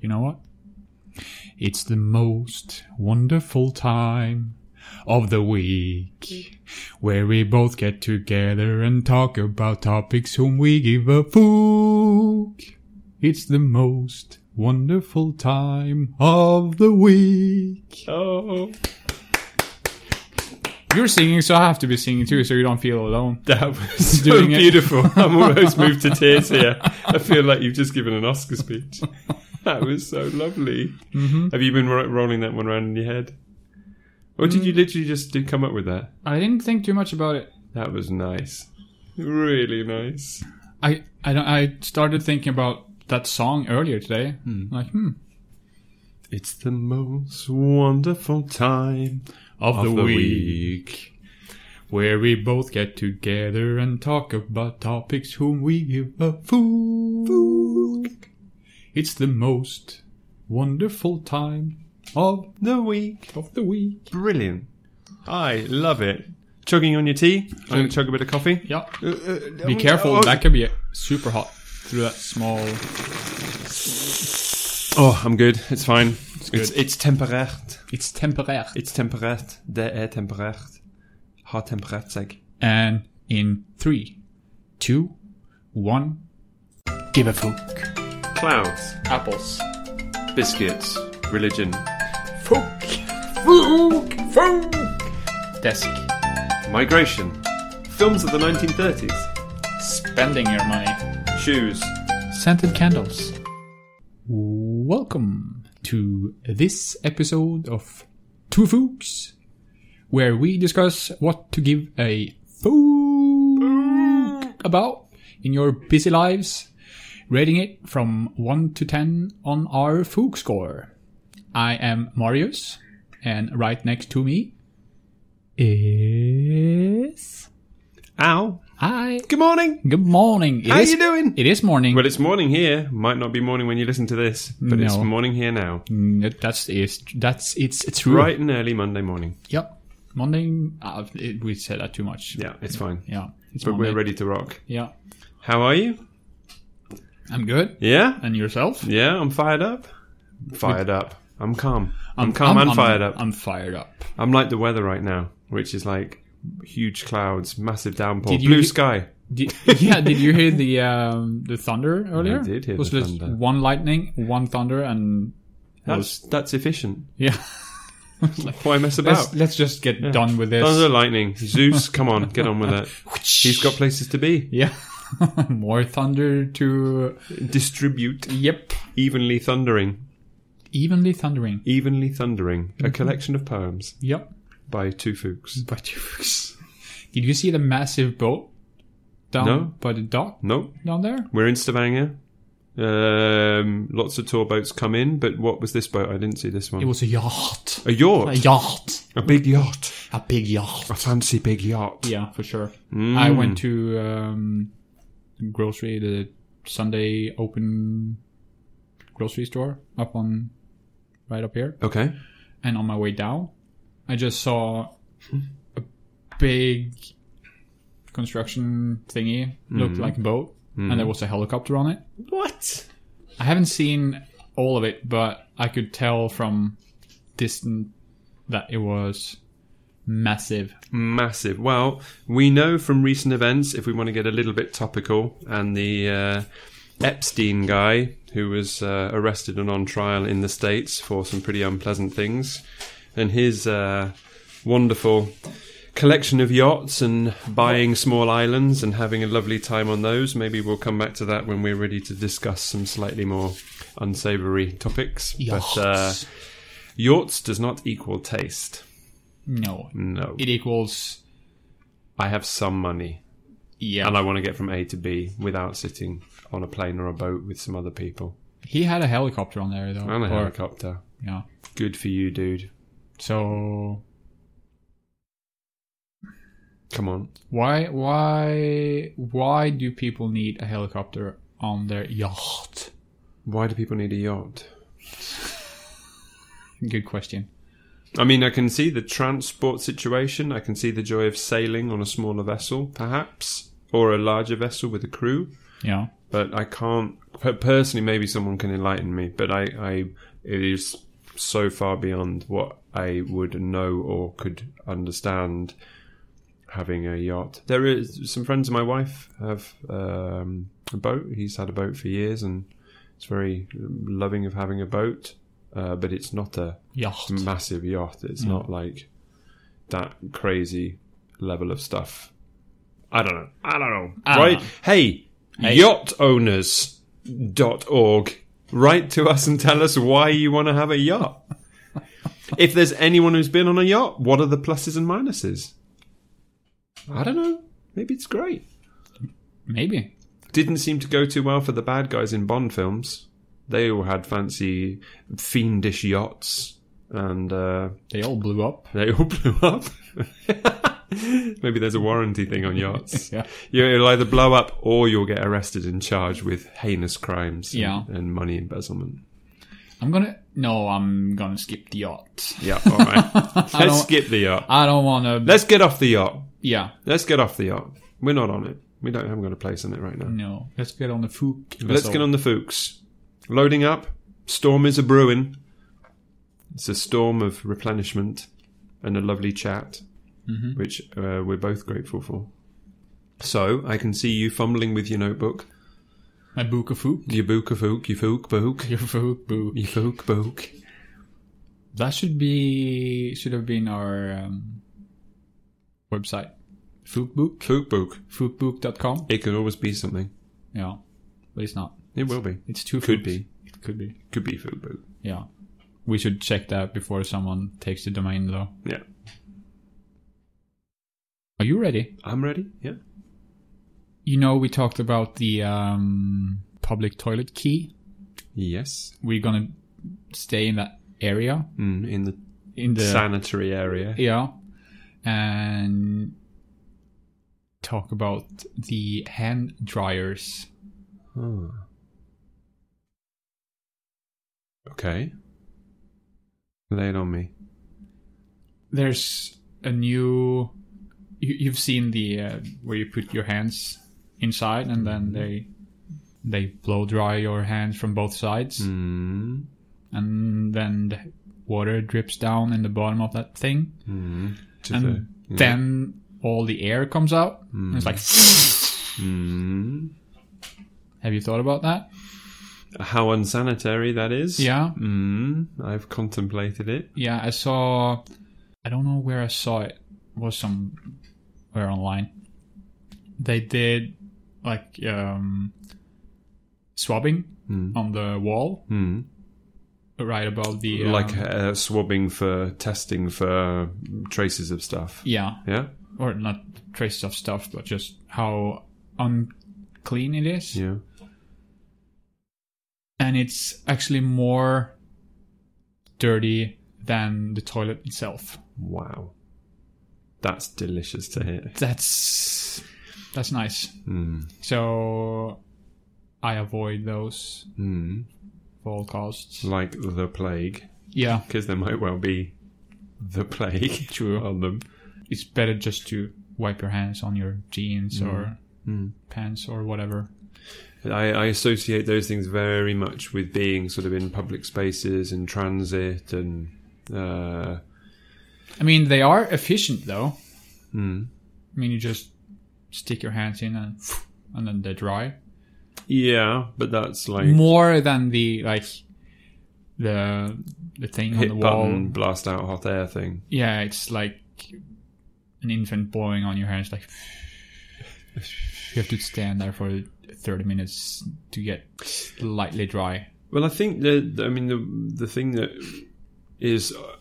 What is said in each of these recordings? you know what? It's the most wonderful time of the week where we both get together and talk about topics whom we give a fuck. It's the most wonderful time of the week. Oh, You're singing, so I have to be singing too, so you don't feel alone. that was so Doing it. beautiful. I'm almost moved to tears here. I feel like you've just given an Oscar speech. That was so lovely. Mm-hmm. Have you been ro- rolling that one around in your head? Or did you Mm. literally just do come up with that? I didn't think too much about it. That was nice. Really nice. I I don't, I started thinking about that song earlier today. Like, hmm. It's the most wonderful time Of, of the, week. where we both get together and talk about topics whom we give a fuck. It's the most wonderful time of The week. of the week. Brilliant. I love it. Chugging on your tea. I'm going to chug a bit of coffee. Yeah, Uh, uh, be oh, careful. oh, That could be super hot through that small. Oh, I'm good. It's fine. It's It's, temperat. It's temperate It's temperat. Det är temperat. Har temperatsäck. And in three, two, one, give a fuck. Clouds. Apples. Biscuits. Religion. Fuck. Fuck. Fuck. Desk. Migration. Films of the 1930s. Spending your money. Shoes. scented candles. Welcome to this episode of Two Fooks, where we discuss what to give a fook about in your busy lives, rating it from 1 to 10 on our fook score. I am Marius, and right next to me is. Ow. Hi. Good morning. Good morning. It How is- you doing? It is morning. Well, it's morning here. Might not be morning when you listen to this, but it's No. morning here now. Mm, That's is that's it's it's true. Bright and early Monday morning. Yep. Monday. Uh, it, we said that too much. Yeah, it's fine. Yeah. It's But Monday. we're ready to rock. Yeah. How are you? I'm good. Yeah? And yourself? Yeah, I'm fired up. Fired up. I'm calm. I'm, calm and fired up. I'm fired up. I'm like the weather right now, which is like huge clouds, massive downpour, Did you blue he- sky. Did, yeah. Did you hear the um, the thunder earlier? did hear It was the just thunder. one lightning, one thunder, and That's that's efficient. yeah. Why Let's, mess about? let's just get done with this. Thunder, lightning, Zeus. Come on, get on with it. He's got places to be. yeah. More thunder to Distribute yep. evenly thundering, Evenly thundering. evenly thundering. A collection of poems Yep. by two Fuchs. But you- did you see the massive boat down No. by the dock Nope. down there? We're in Stavanger. Um, lots of tour boats come in, but what was this boat? I didn't see this one. It was a yacht. a yacht, A yacht. a big yacht, A big yacht. a fancy big yacht. Yeah, for sure. Mm. I went to um, grocery the Sunday open grocery store up on right up here, Okay. and on my way down, I just saw a big construction thingy Mm. looked like a boat, and there was a helicopter on it. What? I haven't seen all of it, but I could tell from distant that it was massive. Massive. Well, we know from recent events, if we want to get a little bit topical, and the uh, Epstein guy who was uh, arrested and on trial in the States for some pretty unpleasant things, and his uh, wonderful collection of yachts and buying small islands and having a lovely time on those. Maybe we'll come back to that when we're ready to discuss some slightly more unsavory topics. But uh, Yachts. yachts does not equal taste. no, No. it equals I have some money. yeah. and I want to get from A to B without sitting on a plane or a boat with some other people. he had a helicopter on there though. And a or- helicopter. Yeah. Good for you, dude. So Come on. why why why do people need a helicopter on their yacht? Why do people need a yacht? Good question. I mean, I can see the transport situation. I can see the joy of sailing on a smaller vessel, perhaps, or a larger vessel with a crew. Yeah. but I can't per- personally. Maybe someone can enlighten me, but I, I it is so far beyond what I would know or could understand. Having a yacht, there is some friends of my wife have um, a boat. He's had a boat for years, and it's very loving of having a boat. Uh, but it's not a Yacht. massive yacht. It's Mm. not like that crazy level of stuff. I don't know. I don't know. I right? don't know. Hey, Hey. yachtowners.org. Write to us and tell us why you want to have a yacht. if there's anyone who's been on a yacht, what are the pluses and minuses? I don't know. Maybe it's great. Maybe. Didn't seem to go too well for the bad guys in Bond films. They all had fancy, fiendish yachts and uh, They all blew up. they all blew up. Maybe there's a warranty thing on yachts. Yeah. You- You'll either blow up or you'll get arrested and charged with heinous crimes and, Yeah. and money embezzlement. I'm gonna. No, I'm gonna skip the yacht. Yeah, all right. I don't- Let's skip the yacht. I don't wanna. Let's get off the yacht. yeah. Let's get off the yacht. We're not on it. We don't haven't got a place on it right now. No. Let's get on the fook. Let's get on the Fuchs. Loading up. Storm is a brewing. It's a storm of replenishment and a lovely chat, which uh, we're both grateful for. So I can see you fumbling with your notebook, my book of fook. your book of hook, your fook book, Your fook book. your fook book. That should be should have been our um, website. Fookbook. Fook book. Fookbook.com. It could always be something. Yeah, but it's not. It will be. It's too Could fooks. be. It could be. Could be fook book. Yeah. We should check that before someone takes the domain, though. Yeah. Are you ready? I'm ready. Yeah. You know, we talked about the um, public toilet key. Yes. We're gonna stay in that area Mm, in the in the sanitary area. yeah, and talk about the hand dryers. Oh. Okay. Lay it on me. There's a new. You, you've seen the uh, where you put your hands inside and then they they blow dry your hands from both sides. Hmm. Mm. and then the water drips down in the bottom of that thing, Mm. To Hmm. and the- yeah. then all the air comes out. And it's like, Mm. have you thought about that? How unsanitary that is. Yeah, Mm. I've contemplated it. yeah. I saw. I don't know where I saw it. it was somewhere online. They did like um, swabbing Mm. on the wall Mm. right above the Like um, uh, swabbing for testing for traces of stuff. yeah, Yeah. or not traces of stuff, but just how unclean it is. Yeah. and it's actually more dirty than the toilet itself. Wow. That's delicious to hear. That's that's nice. Mm. So I avoid those Mm. for all costs. Like the plague, Yeah, because there might well be the plague True. on them. it's better just to wipe your hands on your jeans or Mm. pants or whatever. I, I associate those things very much with being sort of in public spaces and transit and uh, I mean, they are efficient though. Hmm. mm. I mean, you just stick your hands in and and then they dry yeah, but that's like more than the like the the thing on the hit wall. button blast out hot air thing. yeah, it's like an infant blowing on your hair. It's like you have to stand there for 30 minutes to get slightly dry. Well, I think that I mean the the thing that is uh,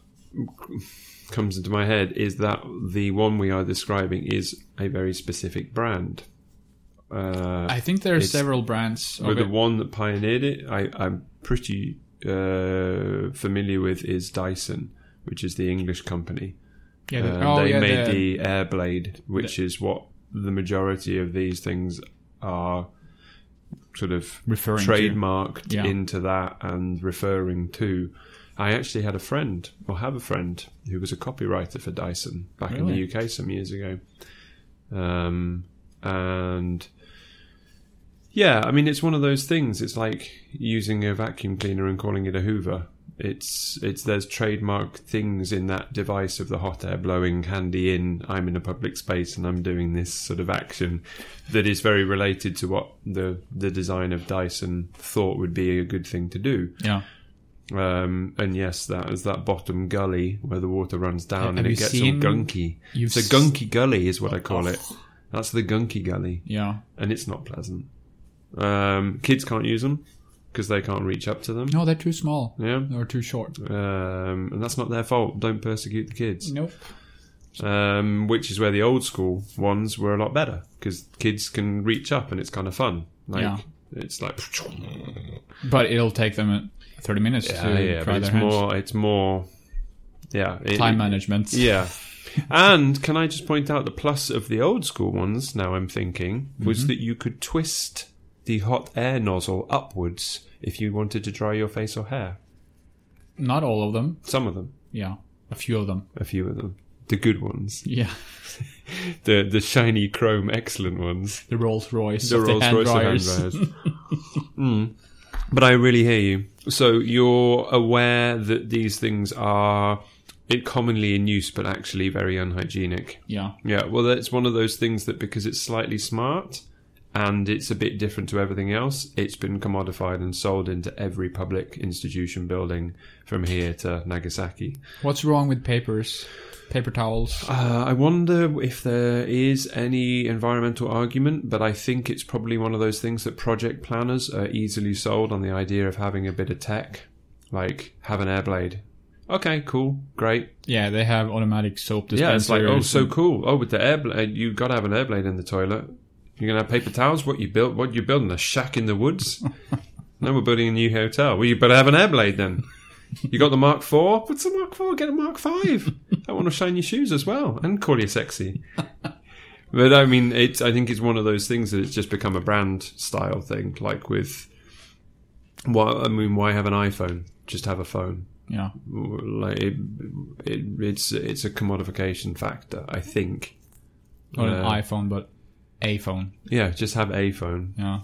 comes into my head is that the one we are describing is a very specific brand. Uh, I think there are It's- several brands but of the it. one that pioneered it, I, I'm pretty uh, familiar with, is Dyson, which is the English company. Yeah, And the- oh, Uh, they yeah, made the, the, Airblade, which is what the majority of these things are sort of referring to. trademarked Yeah. into that and referring to. I actually had a friend, or have a friend, who was a copywriter for Dyson back Really? in the UK some years ago. Um, and Yeah, I mean, it's one of those things. It's like using a vacuum cleaner and calling it a Hoover. It's it's there's trademark things in that device of the hot air blowing handy in. I'm in a public space and I'm doing this sort of action that is very related to what the the design of Dyson thought would be a good thing to do. Yeah. Um, and yes, that is that bottom gully where the water runs down Have and you it gets seen- all gunky. you've It's a s- Oh. gunky gully, is what I call it. That's the gunky gully Yeah. and it's not pleasant. Um, kids can't use them because they can't reach up to them. No, they're too small. Yeah, Or too short. um, and that's not their fault. Don't persecute the kids. Nope. Um, which is where the old school ones were a lot better because kids can reach up and it's kind of fun. Like Yeah. it's like But it'll take them 30 minutes yeah, to yeah, try but it's their hands. more. It's more. Yeah, it- Time it- management. Yeah. And can I just point out the plus of the old school ones, now I'm thinking, was that you could twist the hot air nozzle upwards if you wanted to dry your face or hair. Not all of them. Some of them, Yeah. A few of them. a few of them. The good ones, Yeah. the the shiny chrome excellent ones, The Rolls Royce. the of Rolls Royce of hand dryers. dryers. Mm. But I really hear you. So you're aware that these things are it commonly in use, but actually very unhygienic. Yeah. Yeah, well, that's one of those things that because it's slightly smart and it's a bit different to everything else, it's been commodified and sold into every public institution building from here to Nagasaki. What's wrong with papers? Paper towels. Uh, I wonder if there is any environmental argument, but I think it's probably one of those things that project planners are easily sold on the idea of having a bit of tech, like have an air blade. Okay, cool, great. Yeah, they have automatic soap dispensers. Yeah, it's like oh, so cool. Oh, with the air blade, you got to have an air blade in the toilet. You're gonna have paper towels. What you built? What you building? A shack in the woods? no, we're building a new hotel. Well, you better have an air blade then. You got the Mark Four? What's the Mark Four? Get a Mark Five. I want to shine your shoes as well and call you sexy. But I mean, it's. I think it's one of those things that it's just become a brand style thing. Like with, well, I mean, why have an iPhone? Just have a phone Yeah. like it, it, it's it's a commodification factor, I think. Not an Uh, iPhone, but a phone. Yeah, just have a phone. Yeah.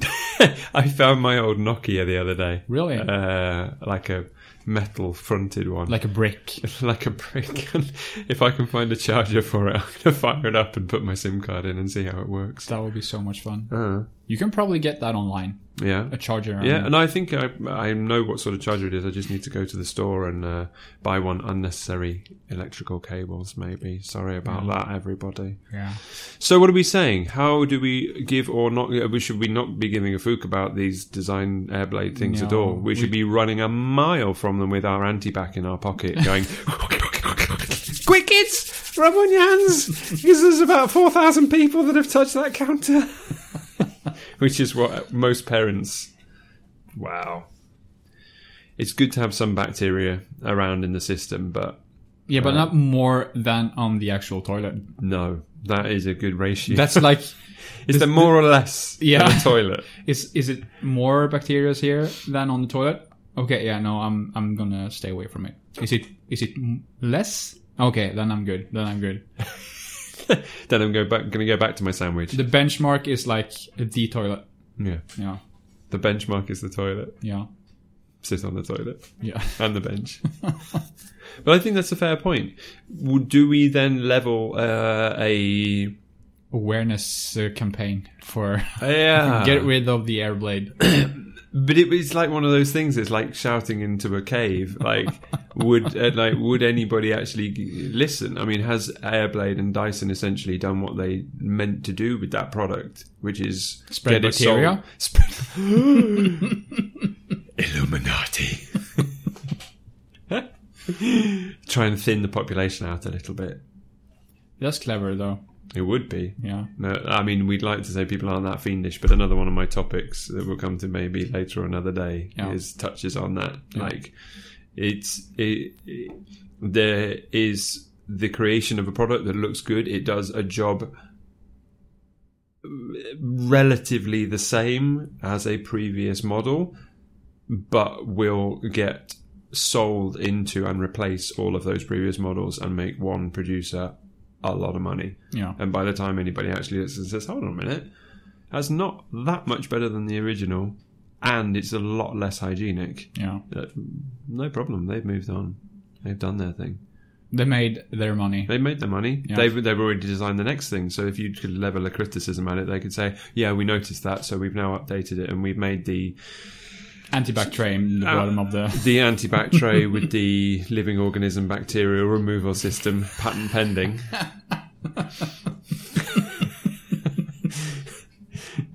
I found my old Nokia the other day, Really? uh, like a metal fronted one, like a brick. like a brick. And if I can find a charger for it, I'm gonna fire it up and put my SIM card in and see how it works. That would be so much fun. Uh, You can probably get that online. yeah. A charger. and- Yeah, and I think I I know what sort of charger it is. I just need to go to the store and uh, buy one unnecessary electrical cables. Maybe sorry about that, everybody. yeah. So what are we saying? How do we give or not? uh, We should we not be giving a fook about these design airblade things at No, all? We should be running a mile from them with our anti-back in our pocket, going. Quick, kids, rub on your hands because there's about four thousand people that have touched that counter. Which is what most parents. Wow, it's good to have some bacteria around in the system, but Yeah, but not more than on the actual toilet. no, that is a good ratio. That's like, Is there more or less Yeah. in the toilet? is is it more bacteria here than on the toilet? Okay, yeah, no, I'm I'm gonna stay away from it. Is it is it m- less? Okay, then I'm good. Then I'm good. then I'm go back, going to go back to my sandwich. The benchmark is like the toilet. Yeah. Yeah, The benchmark is the toilet. yeah, Sit on the toilet yeah. and the bench. but I think that's a fair point. Would- Do we then level uh, a. Awareness uh, campaign for Uh-huh. Yeah. get rid of the air blade. But it, it's like one of those things. It's like shouting into a cave. Like, would uh, like would anybody actually g- listen? I mean, has Airblade and Dyson essentially done what they meant to do with that product, which is Spread get it sold- bacteria? Spread Illuminati. Try and thin the population out a little bit. That's clever though. It would be. Yeah, No, I mean, we'd like to say people aren't that fiendish, but another one of my topics that we'll come to maybe later or another day Yeah. is touches on that. Like, it's it, it- there is the creation of a product that looks good. It does a job relatively the same as a previous model, but will get sold into and replace all of those previous models and make one producer a lot of money. yeah. And by the time anybody actually listens and says, hold on a minute, That's not that much better than the original, and it's a lot less hygienic. Yeah. Uh, no problem. They've moved on. They've done their thing. They made their money. They made their money. Yeah. They've they've already designed the next thing. So if you could level a criticism at it, they could say, "Yeah, we noticed that, so we've now updated it and we've made the Antibacterium, the Uh, bottom of the. the antibac tray with the living organism bacterial removal system patent pending."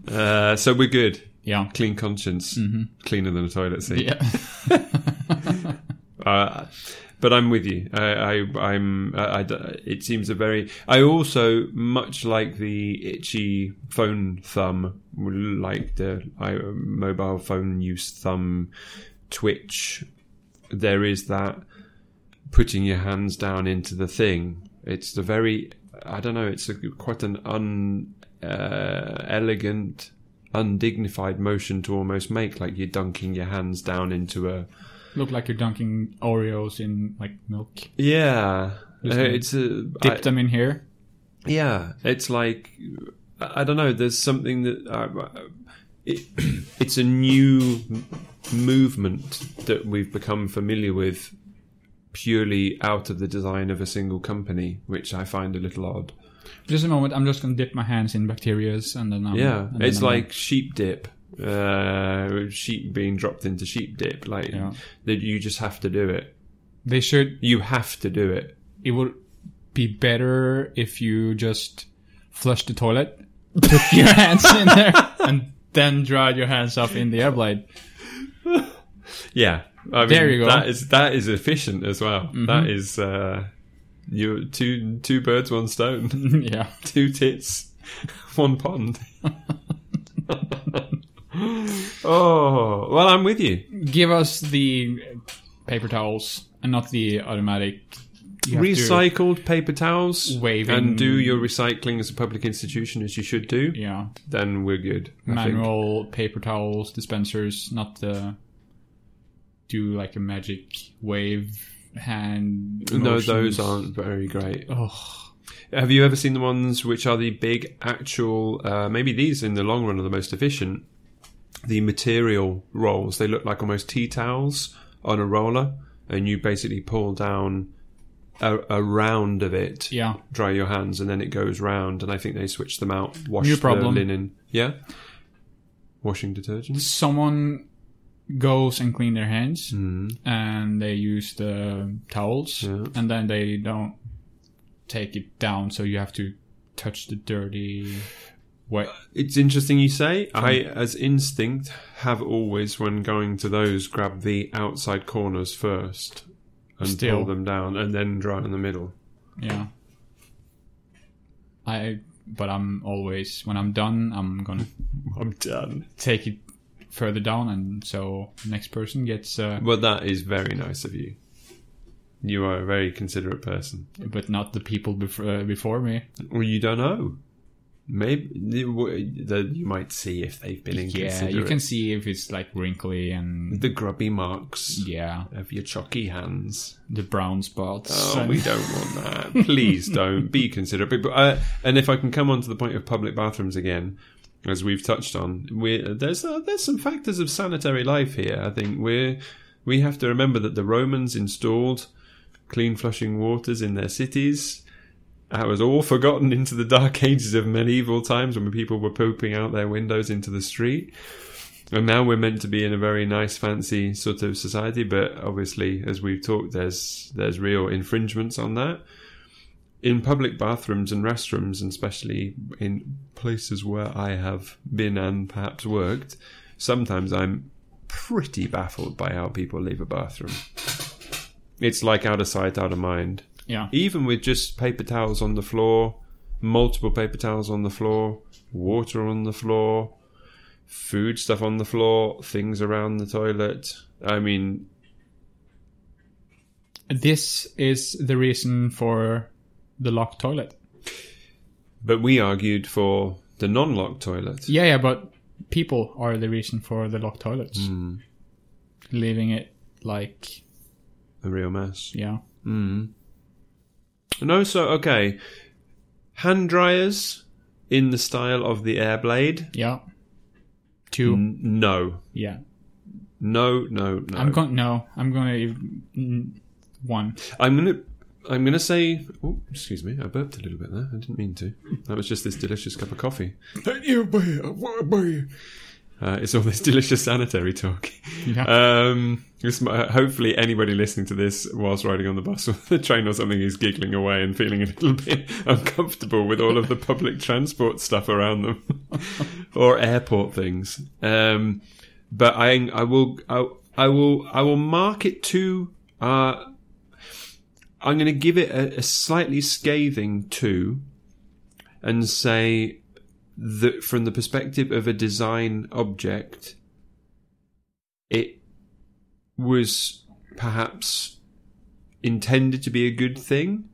uh, so we're good. Yeah. Clean conscience, cleaner than a toilet seat. Yeah. uh, but I'm with you. I, I, I'm. I, I- it seems a very. I also much like the itchy phone thumb, like the I, mobile phone use thumb twitch. There is that putting your hands down into the thing. It's the very. I don't know. It's a, quite an un uh, elegant, undignified motion to almost make, like you're dunking your hands down into a. Look like you're dunking Oreos in like milk. Yeah, Just Uh, gonna it's a Dip I- them in here. yeah. It's like I I don't know. There's something that uh, it, it's a new m- movement that we've become familiar with purely out of the design of a single company, which I find a little odd. Just a moment. I'm just gonna dip my hands in bacterias and then. I'm, Yeah, and then it's I'm- like sheep dip. Uh, sheep being dropped into sheep dip, like Yeah. that. You just have to do it. they should You have to do it. it would be better if you just flushed the toilet, put your hands in there, and then dried your hands up in the air blade. Yeah, I mean, There you go. Mm-hmm. That is that is efficient as well. That is uh, you two two birds, one stone, yeah. two tits, one pond. oh well, I'm with you. Give us the paper towels and not the automatic. you have to- Recycled paper towels, Waving- and do your recycling as a public institution as you should do. Yeah. Then we're good. I think. Manual paper towels, dispensers, not the. Do like a magic wave hand. No, motions. those aren't very great. Ugh. Have you ever seen the ones which are the big actual? Uh, maybe these in the long run are the most efficient. The material rolls they look like almost tea towels on a roller, and you basically pull down a, a round of it, Yeah. dry your hands, and then it goes round. And I think they switch them out, wash New the problem. linen, yeah, washing detergent. someone goes and clean their hands Mm. and they use the towels Yeah. and then they don't take it down so you have to touch the dirty wet It's interesting you say. I, as instinct, have always, when going to those, grab the outside corners first and Still. pull them down, and then dry in the middle. yeah i but i'm always when i'm done i'm gonna I'm done. take it further down and so next person gets uh, Well, that is very nice of you. You are a very considerate person. but not the people bef- uh, before me Well, you don't know. Maybe you w- the- you might see if they've been yeah inconsiderate. you can see if it's like wrinkly and The grubby marks yeah of your chalky hands. the brown spots Oh, and- we don't want that. Please don't be considerate. But, but, uh, and if I can come on to the point of public bathrooms again, as we've touched on, we there's uh, there's some factors of sanitary life here. I think we're we have to remember that the Romans installed clean flushing waters in their cities. That was all forgotten into the dark ages of medieval times when people were pooping out their windows into the street. And now we're meant to be in a very nice, fancy sort of society, but obviously, as we've talked, there's there's real infringements on that. In public bathrooms and restrooms, and especially in places where I have been and perhaps worked, sometimes I'm pretty baffled by how people leave a bathroom. It's like out of sight, out of mind. yeah Even with just paper towels on the floor, multiple paper towels on the floor, water on the floor, food stuff on the floor, things around the toilet. I mean, This is the reason for the locked toilet. but we argued for the non-locked toilet. Yeah, yeah, but people are the reason for the locked toilets. Leaving it like, A real mess. Mm. yeah. And also, okay, hand dryers in the style of the Airblade? Yeah. Two. N- no, Yeah. no, no, no. I'm going. No, I'm going to mm, one. I'm gonna. I'm gonna say. Oh, excuse me. I burped a little bit there. I didn't mean to. That was just this delicious cup of coffee. Uh, it's all this delicious sanitary talk. Yeah. Um, this m- uh, hopefully, anybody listening to this whilst riding on the bus or the train or something is giggling away and feeling a little bit uncomfortable with all of the public transport stuff around them or airport things. Um, but I, I will, I, I will, I will mark it to. Uh, I'm going to give it a, a slightly scathing two, and say that from the perspective of a design object, it was perhaps intended to be a good thing,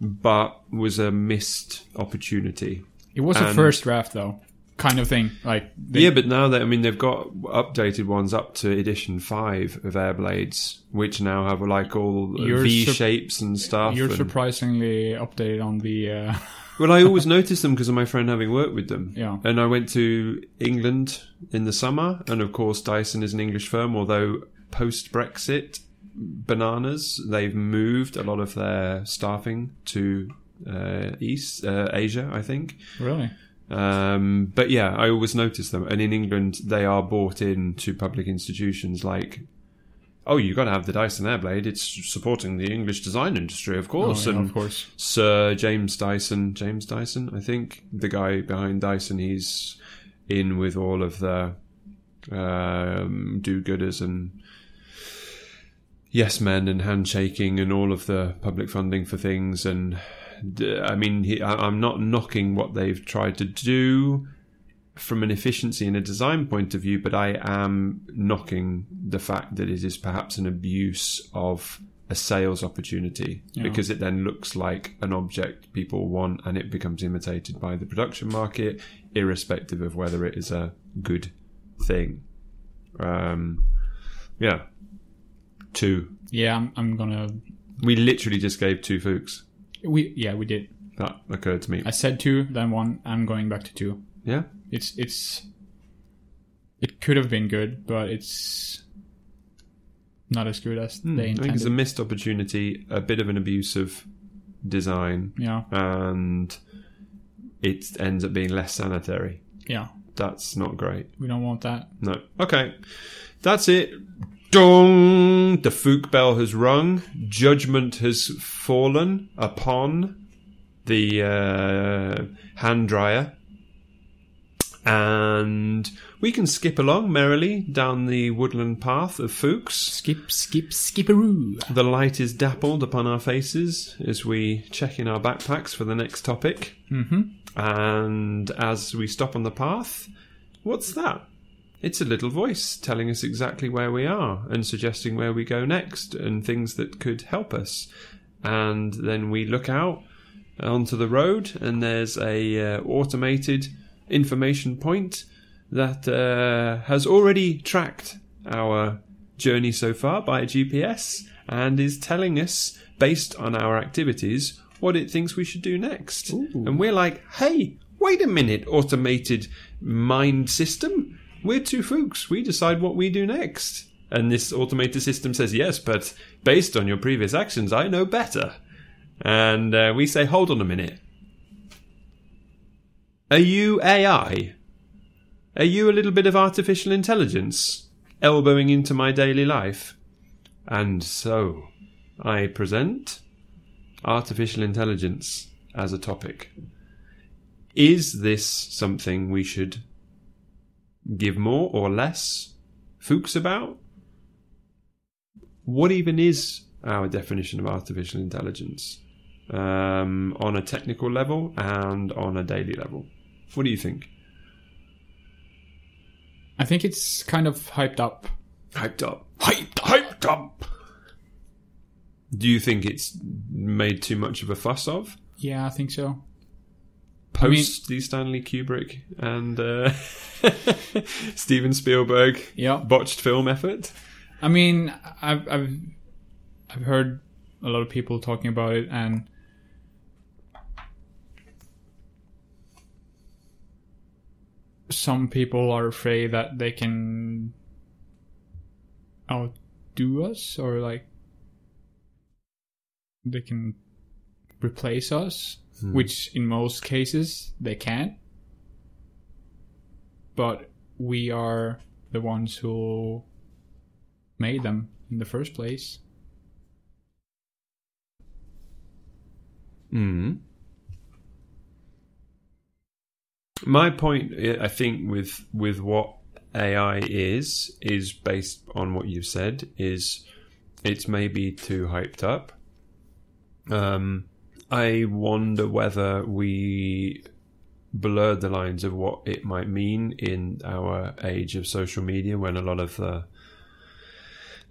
but was a missed opportunity. It was a And- first draft though, kind of thing. Like they, yeah, but now that I mean, they've got updated ones up to edition five of Airblades, which now have like all You're V sup- shapes and stuff. you're and- surprisingly updated on the. Uh, Well, I always noticed them because of my friend having worked with them. Yeah. And I went to England in the summer, and of course, Dyson is an English firm, although post Brexit, bananas, they've moved a lot of their staffing to uh, East uh, Asia, I think. really? Um, but yeah, I always notice them. And in England, they are bought in to public institutions like, oh, you've got to have the Dyson Airblade. It's supporting the English design industry, of course. Oh, yeah, and of course. Sir James Dyson, James Dyson, I think, the guy behind Dyson, he's in with all of the um, do-gooders and yes men and handshaking and all of the public funding for things. And d- I mean, he, I, I'm not knocking what they've tried to do from an efficiency and a design point of view, but I am knocking the fact that it is perhaps an abuse of a sales opportunity Yeah. because it then looks like an object people want and it becomes imitated by the production market, irrespective of whether it is a good thing. Um, yeah. Two. Yeah, I'm, I'm gonna. We literally just gave two fooks. We yeah we did. That occurred to me. I said two, then one. I'm going back to two. Yeah. It's it's. It could have been good, but it's not as good as they Hmm, I think it's intended. a missed opportunity, a bit of an abuse of design, yeah, and it ends up being less sanitary. yeah. That's not great. We don't want that. No. Okay. That's it. Dong! The Fook bell has rung. Judgment has fallen upon the uh, hand dryer. And we can skip along merrily down the woodland path of Fooks. Skip, skip, skipperoo. The light is dappled upon our faces as we check in our backpacks for the next topic. Mm-hmm. And as we stop on the path, what's that? It's a little voice telling us exactly where we are and suggesting where we go next and things that could help us. And then we look out onto the road and there's a uh, automated information point that uh, has already tracked our journey so far by GPS and is telling us based on our activities what it thinks we should do next. And we're like, "Hey, wait a minute, automated mind system. We're two fooks. We decide what we do next." And this automated system says, "Yes, but based on your previous actions, I know better." And uh, we say, "Hold on a minute. Are you AI? Are you a little bit of artificial intelligence elbowing into my daily life? And so I present artificial intelligence as a topic. Is this something we should give more or less fooks about? What even is our definition of artificial intelligence um, on a technical level and on a daily level? What do you think? I think it's kind of hyped up. Hyped up. Hyped, hyped up. Do you think it's made too much of a fuss of? Yeah, I think so. Post the Stanley Kubrick and uh, Steven Spielberg Yeah, botched film effort. I mean, I've I've I've heard a lot of people talking about it, and some people are afraid that they can outdo us or like they can replace us, Hmm. which in most cases they can. But we are the ones who made them in the first place. Mm. My point, I- I think, with with what AI is is based on what you've said. Is it's maybe too hyped up. Um, I wonder whether we blurred the lines of what it might mean in our age of social media, when a lot of the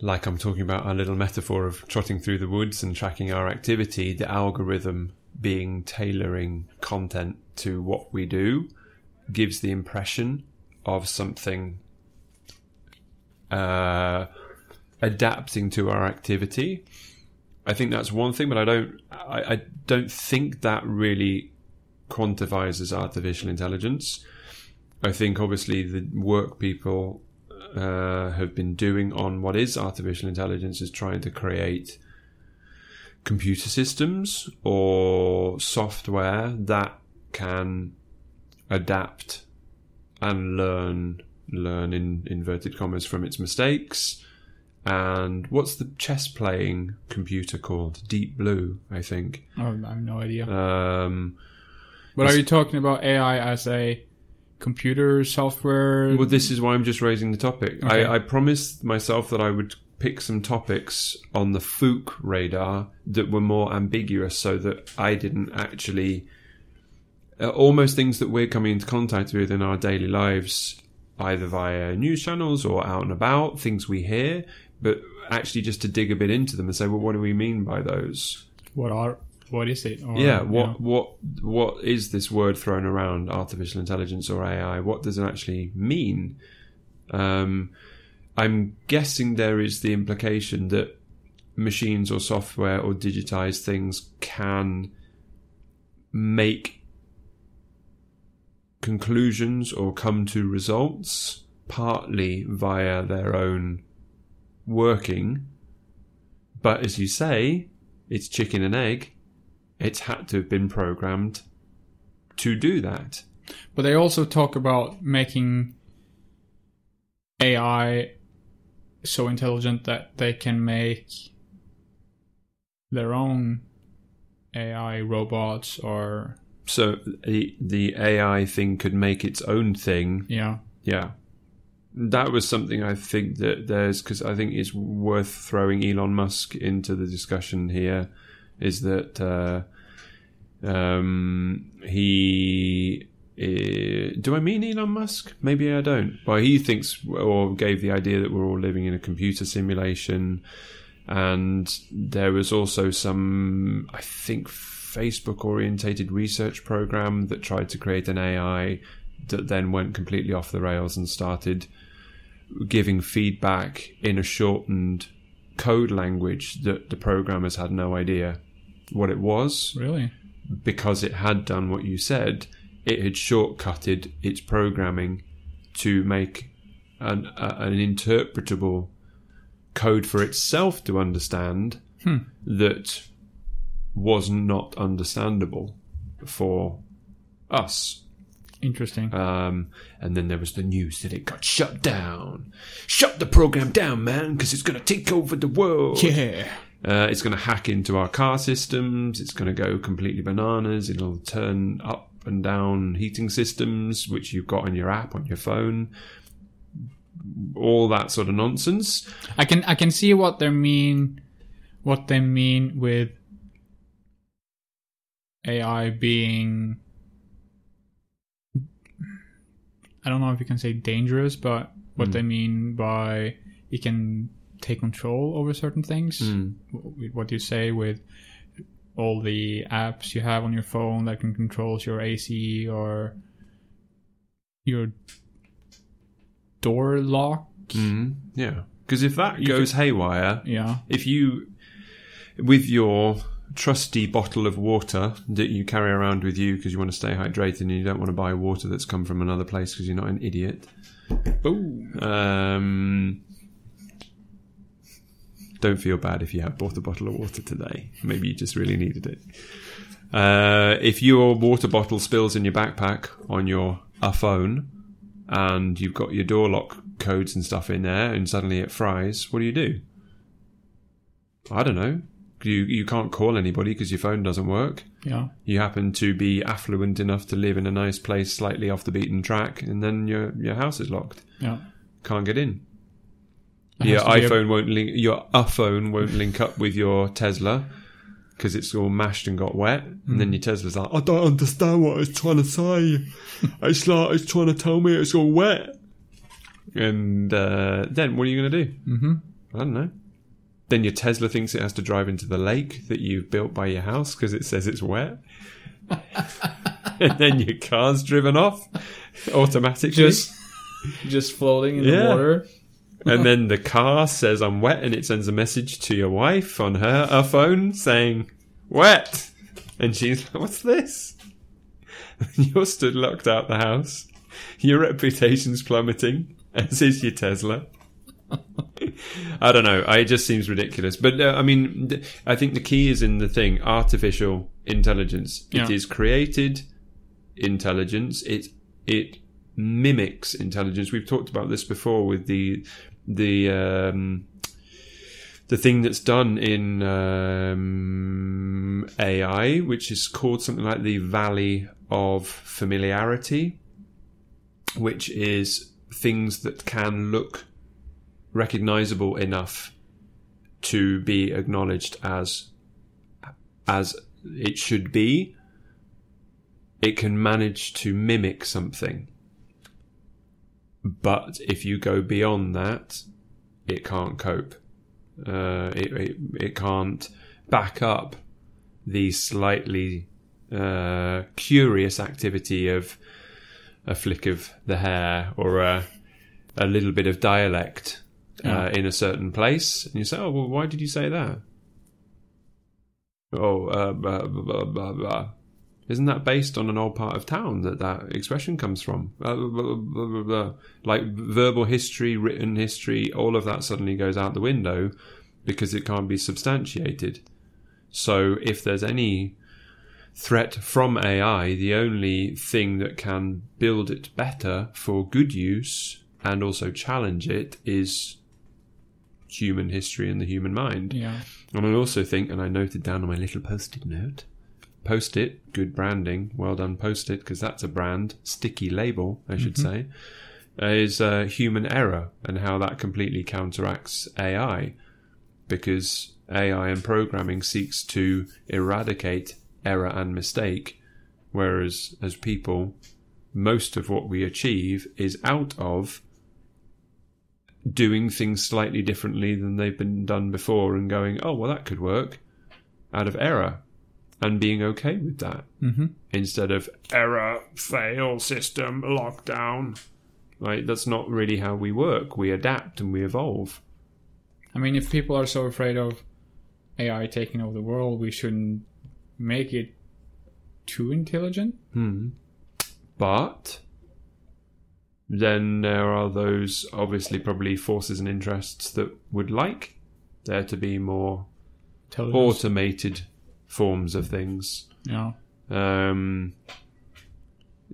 like I'm talking about our little metaphor of trotting through the woods and tracking our activity, the algorithm being tailoring content to what we do gives the impression of something uh, adapting to our activity. I think that's one thing, but I don't I, I don't think that really quantifies as artificial intelligence. I think obviously the work people uh, have been doing on what is artificial intelligence is trying to create computer systems or software that can adapt and learn learn in inverted commas from its mistakes and what's the chess playing computer called deep blue i think I don't- I have no idea. um But are It's- you talking about AI as a computer software? Well, this is why I'm just raising the topic. Um, Okay. I, I promised myself that I would pick some topics on the Fook radar that were more ambiguous so that I didn't actually. Uh, almost things that we're coming into contact with in our daily lives, either via news channels or out and about, things we hear, but actually just to dig a bit into them and say, well, what do we mean by those? what are? What is it? Or, yeah you what know, what what is this word thrown around artificial intelligence or ai what does it actually mean um i'm guessing there is the implication that machines or software or digitized things can make conclusions or come to results partly via their own working but as you say it's chicken and egg it's had to have been programmed to do that. But they also talk about making AI so intelligent that they can make their own AI robots or So the the AI thing could make its own thing. yeah. Yeah, that was something I think that there's because I think it's worth throwing Elon Musk into the discussion here. Is that uh, um, he? eh, do I mean Elon Musk? Maybe I don't. Well, he thinks or gave the idea that we're all living in a computer simulation. and there was also some i think facebook orientated research program that tried to create an ai that then went completely off the rails and started giving feedback in a shortened code language that the programmers had no idea what it was Really? because it had done what you said, it had shortcutted its programming to make an, a, an interpretable code for itself to understand Hmm. that was not understandable for us. Interesting. Um, and then there was the news that it got shut down. Shut the program down, man, because it's going to take over the world. yeah. Uh, it's going to hack into our car systems. It's going to go completely bananas. It'll turn up and down heating systems, which you've got on your app on your phone. All that sort of nonsense. I can I can see what they mean what they mean with AI being I don't know if you can say dangerous, but what they mean by it can take control over certain things. W- with What you say with all the apps you have on your phone that can control your AC or your door lock. Mm, yeah, because if that goes haywire, Yeah. if you with your trusty bottle of water that you carry around with you because you want to stay hydrated and you don't want to buy water that's come from another place because you're not an idiot. Boom. Um, don't feel bad if you have bought a bottle of water today. Maybe you just really needed it. Uh, if your water bottle spills in your backpack on your a phone, and you've got your door lock codes and stuff in there, and suddenly it fries, what do you do? I don't know. You you can't call anybody because your phone doesn't work Yeah. you happen to be affluent enough to live in a nice place slightly off the beaten track and then your your house is locked Yeah. can't get in It your has to be a- iphone won't link your uh, phone won't link up with your tesla because it's all mashed and got wet and Hmm. then your tesla's like i don't understand what it's trying to say it's like it's trying to tell me it's all wet and uh, then what are you going to do Mhm. i don't know then your tesla thinks it has to drive into the lake that you've built by your house because it says it's wet and then your car's driven off automatically Just just floating in Yeah. the water. and then the car says I'm wet, and it sends a message to your wife on her, her phone saying wet, and she's like, "What's this?" You're stood locked out the house. Your reputation's plummeting, as is your Tesla. I don't know. I- It just seems ridiculous. But uh, I mean, th- I think the key is in the thing artificial intelligence. It Yeah. is created intelligence. It it mimics intelligence. We've talked about this before with the the um, the thing that's done in um, AI, which is called something like the Valley of Familiarity, which is things that can look recognizable enough to be acknowledged as as it should be it can manage to mimic something but if you go beyond that it can't cope uh, it, it, it can't back up the slightly uh, curious activity of a flick of the hair or a, a little bit of dialect Yeah. uh, in a certain place. And you say, oh, well, why did you say that? Oh, uh, blah, blah, blah, blah. Isn't that based on an old part of town that that expression comes from? Blah, blah, blah, blah, blah, blah. Like verbal history, written history, all of that suddenly goes out the window because it can't be substantiated. So if there's any threat from AI, the only thing that can build it better for good use and also challenge it is human history and the human mind. Yeah. And I also think, and I noted down on my little post it note post it, good branding, well done, post it, because that's a brand, sticky label, I should say, uh, is uh, human error and how that completely counteracts AI because AI and programming seeks to eradicate error and mistake, whereas as people, most of what we achieve is out of doing things slightly differently than they've been done before and going, oh, well, that could work out of error and being okay with that Mm-hmm. instead of error, fail, system, lockdown. Like, that's not really how we work. We adapt and we evolve. I mean, if people are so afraid of AI taking over the world, we shouldn't make it too intelligent. Hmm. But then there are those obviously probably forces and interests that would like there to be more Intelligence. automated forms of things. Yeah. Um,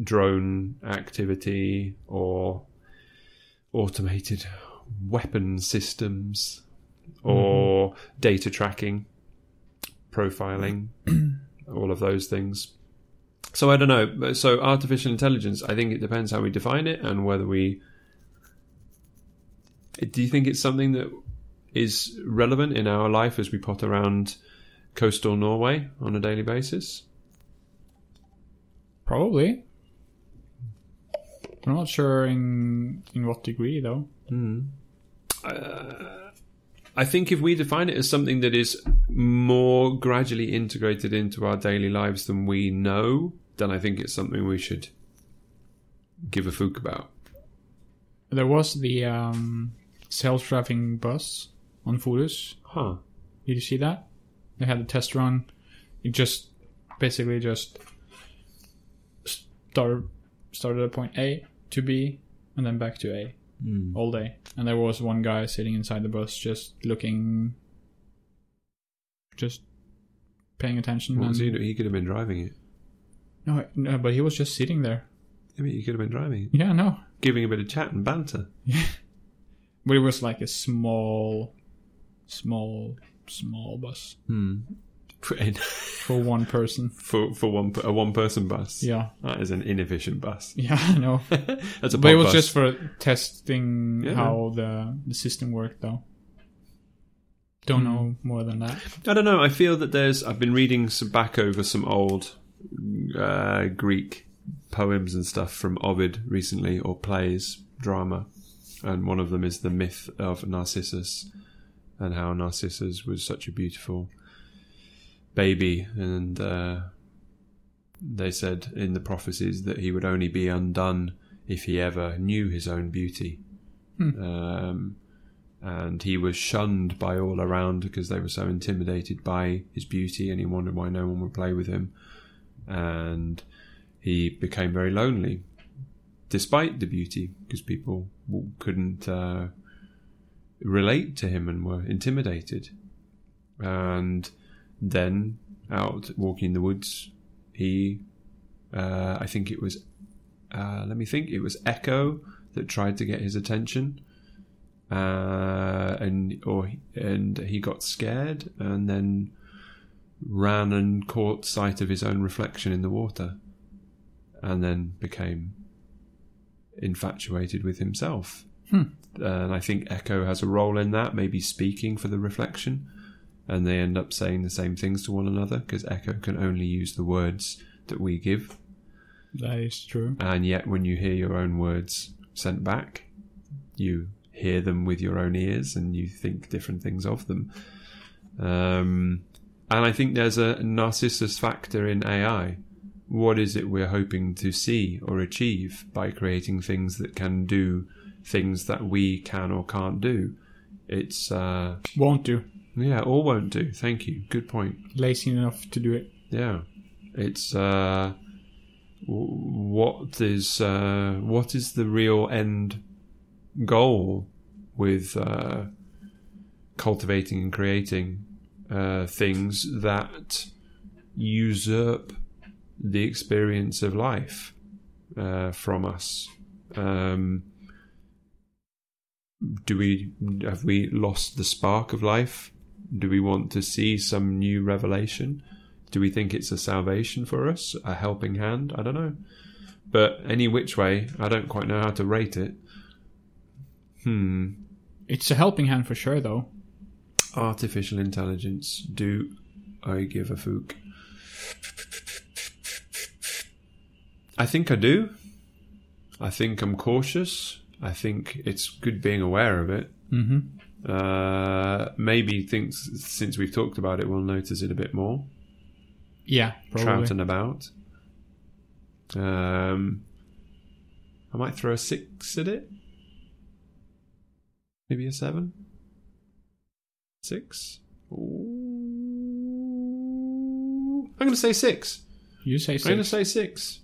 drone activity or automated weapon systems or data tracking, profiling, all of those things. So I don't know. So artificial intelligence, I think it depends how we define it and whether we. Do you think it's something that is relevant in our life as we pot around coastal Norway on a daily basis? Probably. I'm not sure in in what degree though. Hmm. Uh, I think if we define it as something that is more gradually integrated into our daily lives than we know, then I think it's something we should give a fook about. There was the um, self-driving bus on Furus. Huh. Did you see that? They had a test run It just basically just start started at point A to B and then back to A Hmm. all day. And there was one guy sitting inside the bus just looking, just paying attention. What And, was he, do- he could have been driving it. no, no, but he was just sitting there. I mean, he could have been driving it. Yeah, no, Giving a bit of chat and banter. but it was like a small, small, small bus for one person. for for one per- a one person bus. Yeah, That is an inefficient bus. yeah, I know. That's a But it pop was bus. just for testing Yeah. how the the system worked, though. Don't know more than that. I don't know. I feel that there's. I've been reading some back over some old uh, Greek poems and stuff from Ovid recently, or plays, drama, and one of them is the myth of Narcissus, and how Narcissus was such a beautiful baby, and uh, they said in the prophecies that he would only be undone if he ever knew his own beauty. Um, and he was shunned by all around because they were so intimidated by his beauty and he wondered why no one would play with him and he became very lonely despite the beauty because people w- couldn't uh, relate to him and were intimidated and then out walking in the woods he uh, i think it was uh, let me think it was echo that tried to get his attention uh, and or and he got scared and then ran and caught sight of his own reflection in the water, and then became infatuated with himself. And I think Echo has a role in that, maybe speaking for the reflection, and they end up saying the same things to one another because Echo can only use the words that we give That is true. and yet when you hear your own words sent back, you hear them with your own ears and you think different things of them. Um, and I think there's a narcissus factor in AI. What is it we're hoping to see or achieve by creating things that can do things that we can or can't do? It's uh, Won't do. yeah, or won't do. Thank you. Good point. Lazy enough to do it. Yeah, it's uh, w- what is uh, what is the real end goal with uh, cultivating and creating uh, things that usurp the experience of life uh, from us. Um, do we have we lost the spark of life? Do we want to see some new revelation? Do we think it's a salvation for us, a helping hand? I don't know. But any which way, I don't quite know how to rate it. Hmm. It's a helping hand for sure, though. Artificial intelligence. Do I give a fook? I think I do. I think I'm cautious. I think it's good being aware of it. hmm Uh, maybe things since we've talked about it, we'll notice it a bit more. Yeah, probably. trouting about. Um, I might throw a six at it. Maybe a seven. Six. Ooh. I'm going to say six. You say I'm going to six. say six.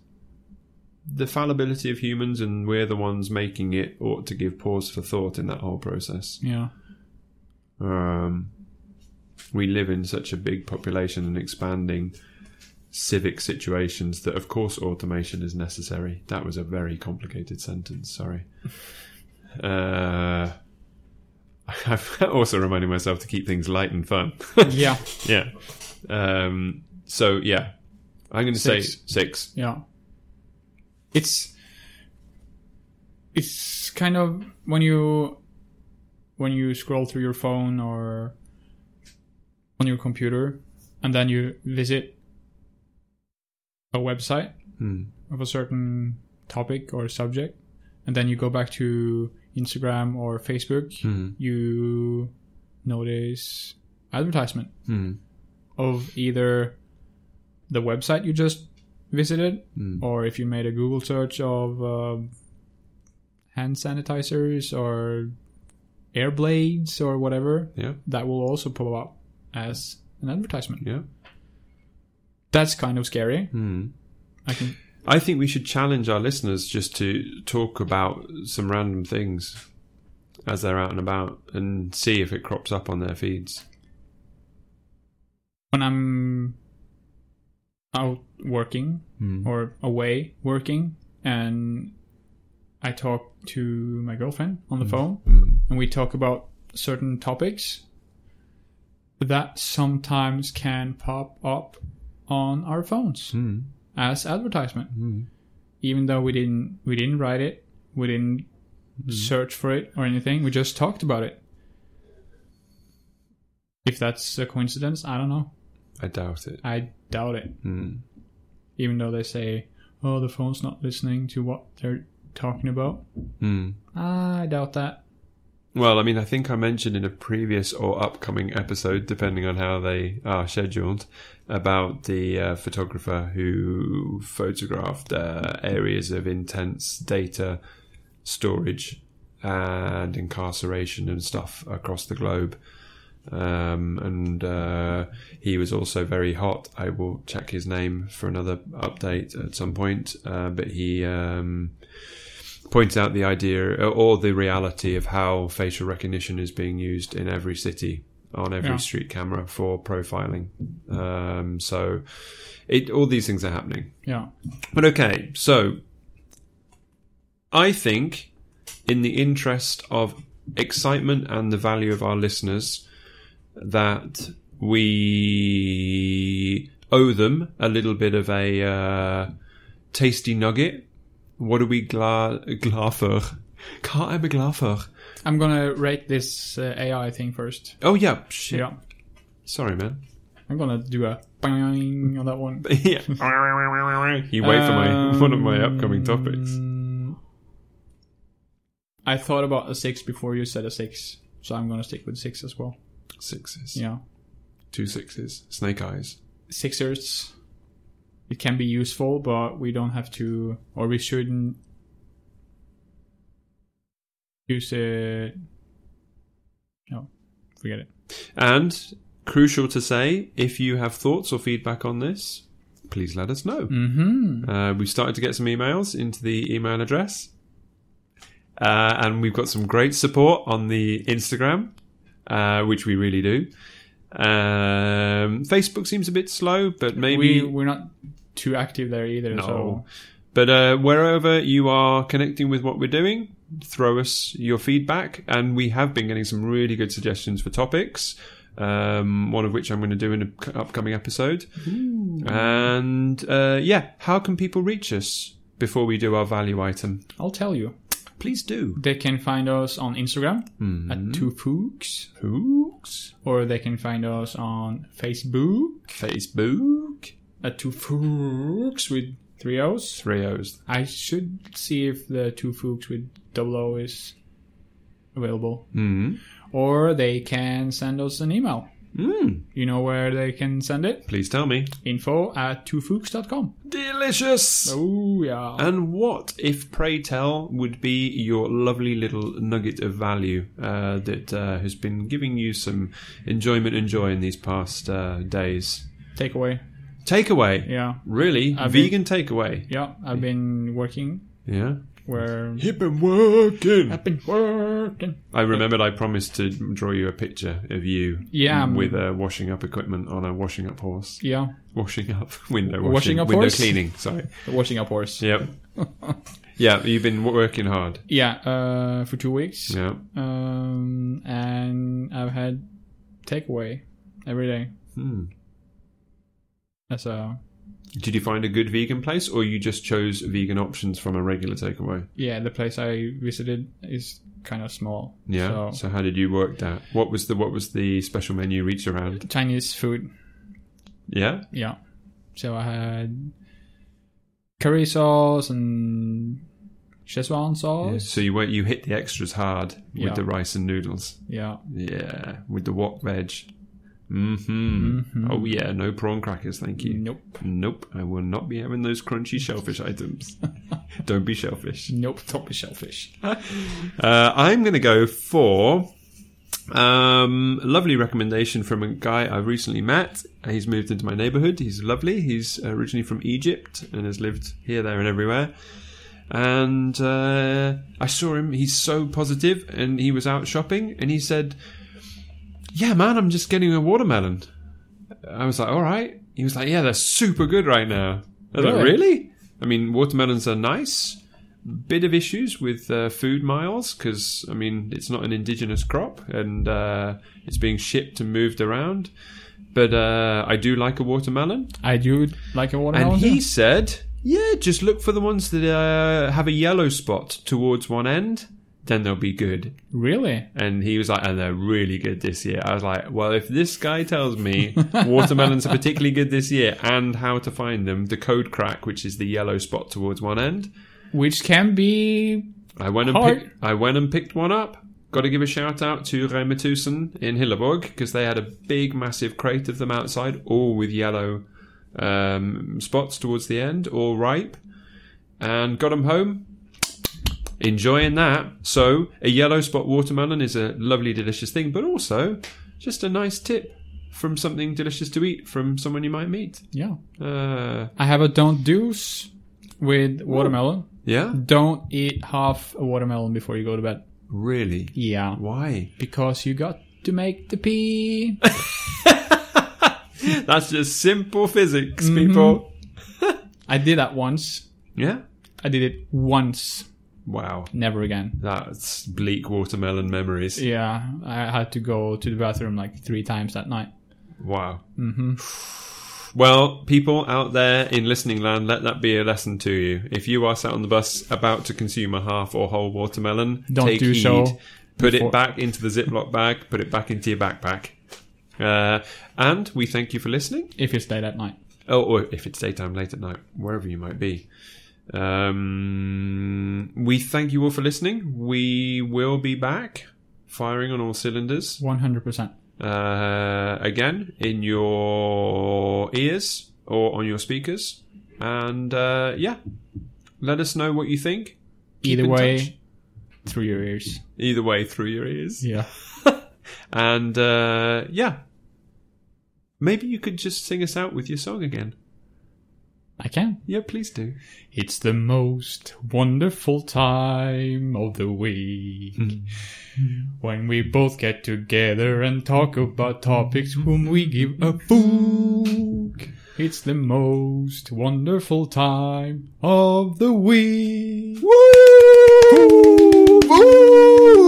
The fallibility of humans and we're the ones making it ought to give pause for thought in that whole process. Yeah, Um, we live in such a big population and expanding civic situations that, of course, automation is necessary. That was a very complicated sentence. Sorry. Uh, I've also reminded myself to keep things light and fun. yeah, yeah. Um, so yeah, I'm going to say Six. six. yeah. It's it's kind of when you when you scroll through your phone or on your computer, and then you visit a website Hmm. of a certain topic or subject, and then you go back to Instagram or Facebook, Hmm. you notice advertisement. Hmm. of either the website you just visited Mm. or if you made a google search of um hand sanitizers or air blades or whatever Yeah. that will also pop up as an advertisement Yeah. That's kind of scary. Hmm. I can. I think we should challenge our listeners just to talk about some random things as they're out and about and see if it crops up on their feeds. When I'm out working Hmm. or away working, and I talk to my girlfriend on the phone, Hmm. and we talk about certain topics that sometimes can pop up on our phones Hmm. as advertisement Hmm. even though we didn't we didn't write it we didn't search for it or anything we just talked about it if that's a coincidence i don't know I doubt it. i doubt it Hmm. even though they say oh the phone's not listening to what they're talking about Hmm. i doubt that Well, I mean, I think I mentioned in a previous or upcoming episode, depending on how they are scheduled, about the uh, photographer who photographed uh, areas of intense data storage and incarceration and stuff across the globe. Um, and uh, he was also very hot. I will check his name for another update at some point. Uh, but he. Um, points out the idea uh, or the reality of how facial recognition is being used in every city on every Yeah. street camera for profiling. Um, so, it all these things are happening. yeah But okay, so I think, in the interest of excitement and the value of our listeners, that we owe them a little bit of a uh, tasty nugget. What are we gla- glafer? Can't I be glafer? i'm gonna rate this uh, ai thing first Oh yeah, shit. yeah Sorry, man. i'm gonna do a bang on that one yeah. you wait for my one of my upcoming Um, topics. I thought about a six before you said a six, so I'm gonna stick with six as well. Sixes. Yeah, Two sixes. Snake eyes. sixers. It can be useful, but we don't have to, or we shouldn't use it. No, forget it. And crucial to say, if you have thoughts or feedback on this, please let us know. Mm-hmm. Uh, we've started to get some emails into the email address. Uh, and we've got some great support on the Instagram, uh, which we really do. Um, Facebook seems a bit slow, but maybe. we we're not too active there either. No. So But uh, wherever you are connecting with what we're doing, throw us your feedback. And we have been getting some really good suggestions for topics, um, one of which I'm going to do in an upcoming episode. And uh, yeah, how can people reach us before we do our value item? I'll tell you. Please do. They can find us on Instagram Mm. at two fooks. Oops. Hmm? or they can find us on Facebook Facebook. at Two Fooks with three O's. Three O's. I should see if the Two Fooks with double O is available. Mm. Or they can send us an email. Mm. You know where they can send it? Please tell me. Info at twofooks.com. Delicious. Oh, yeah. And what, if pray tell, would be your lovely little nugget of value uh, that uh, has been giving you some enjoyment and joy in these past uh, days? Takeaway. Takeaway, Yeah. really I've vegan takeaway. Yeah. I've been working Yeah, where. you've been working. I've been working. I remembered I promised to draw you a picture of you. Yeah, I'm- with uh, washing up equipment on a washing up horse. Yeah. Washing up window washing, Washing up window horse? cleaning. Sorry. Washing up horse. Yep. yeah, you've been working hard. Yeah. Uh, for two weeks. Yeah. um, and I've had takeaway every day Hmm. as a Did you find a good vegan place, or you just chose vegan options from a regular takeaway? yeah. The place I visited is kind of small. Yeah. So, So how did you work that? What was the what was the special menu reach around? Chinese food. Yeah. Yeah. So I had curry sauce and Szechuan sauce. So you went you hit the extras hard Yeah. with the rice and noodles. Yeah. Yeah. With the wok veg. hmm Oh yeah. No prawn crackers, thank you. Nope. Nope. I will not be having those crunchy shellfish items. Don't be shellfish. Nope. Top of shellfish. Uh, I'm going to go for Um, lovely recommendation from a guy I recently met. He's moved into my neighborhood. He's lovely. He's originally from Egypt and has lived here, there, and everywhere. And uh, I saw him. He's so positive, and he was out shopping, and he said, "Yeah, man, I'm just getting a watermelon." I was like, "All right." He was like, "Yeah, they're super good right now." I was like, Really? "Really?" I mean, watermelons are nice bit of issues with uh, food miles because I mean it's not an indigenous crop and uh, it's being shipped and moved around. But uh, I do like a watermelon, I do like a watermelon. and yeah. he said, "Yeah, just look for the ones that uh, have a yellow spot towards one end." Then they'll be good. really? And he was like, and they're really good this year. I was like, well, if this guy tells me watermelons are particularly good this year and how to find them, the code crack, which is the yellow spot towards one end, Which can be I went and Hard. picked, I went and picked one up. Got to give a shout out to Reimertusen in Hilleborg because they had a big, massive crate of them outside, all with yellow um, spots towards the end, all ripe, and got them home. Enjoying that. So a yellow spot watermelon is a lovely, delicious thing, but also just a nice tip from something delicious to eat from someone you might meet. yeah. Uh, I have a don't do's with watermelon. yeah, Don't eat half a watermelon before you go to bed. really. Yeah. Why? Because you got to make the pee. That's just simple physics, people. I did that once. Mm-hmm. Yeah. I did it once. Wow. Never again. That's bleak watermelon memories. Yeah. I had to go to the bathroom like three times that night. Wow. Mm-hmm. Well, people out there in listening land, let that be a lesson to you. If you are sat on the bus about to consume a half or whole watermelon, Don't take do heed. so Put before- it back into the Ziploc bag, put it back into your backpack. Uh, and we thank you for listening. If you stayed at night. Oh, or if it's daytime, late at night, wherever you might be. Um, we thank you all for listening. We will be back firing on all cylinders 100%. uh, again in your ears or on your speakers. And uh, yeah, let us know what you think. Keep Either in way, touch. through your ears. Either way, through your ears. Yeah. And uh, yeah, maybe you could just sing us out with your song again. I can. Yeah, please do. It's the most wonderful time of the week when we both get together and talk about topics whom we give a fuck. It's the most wonderful time of the week. Woo!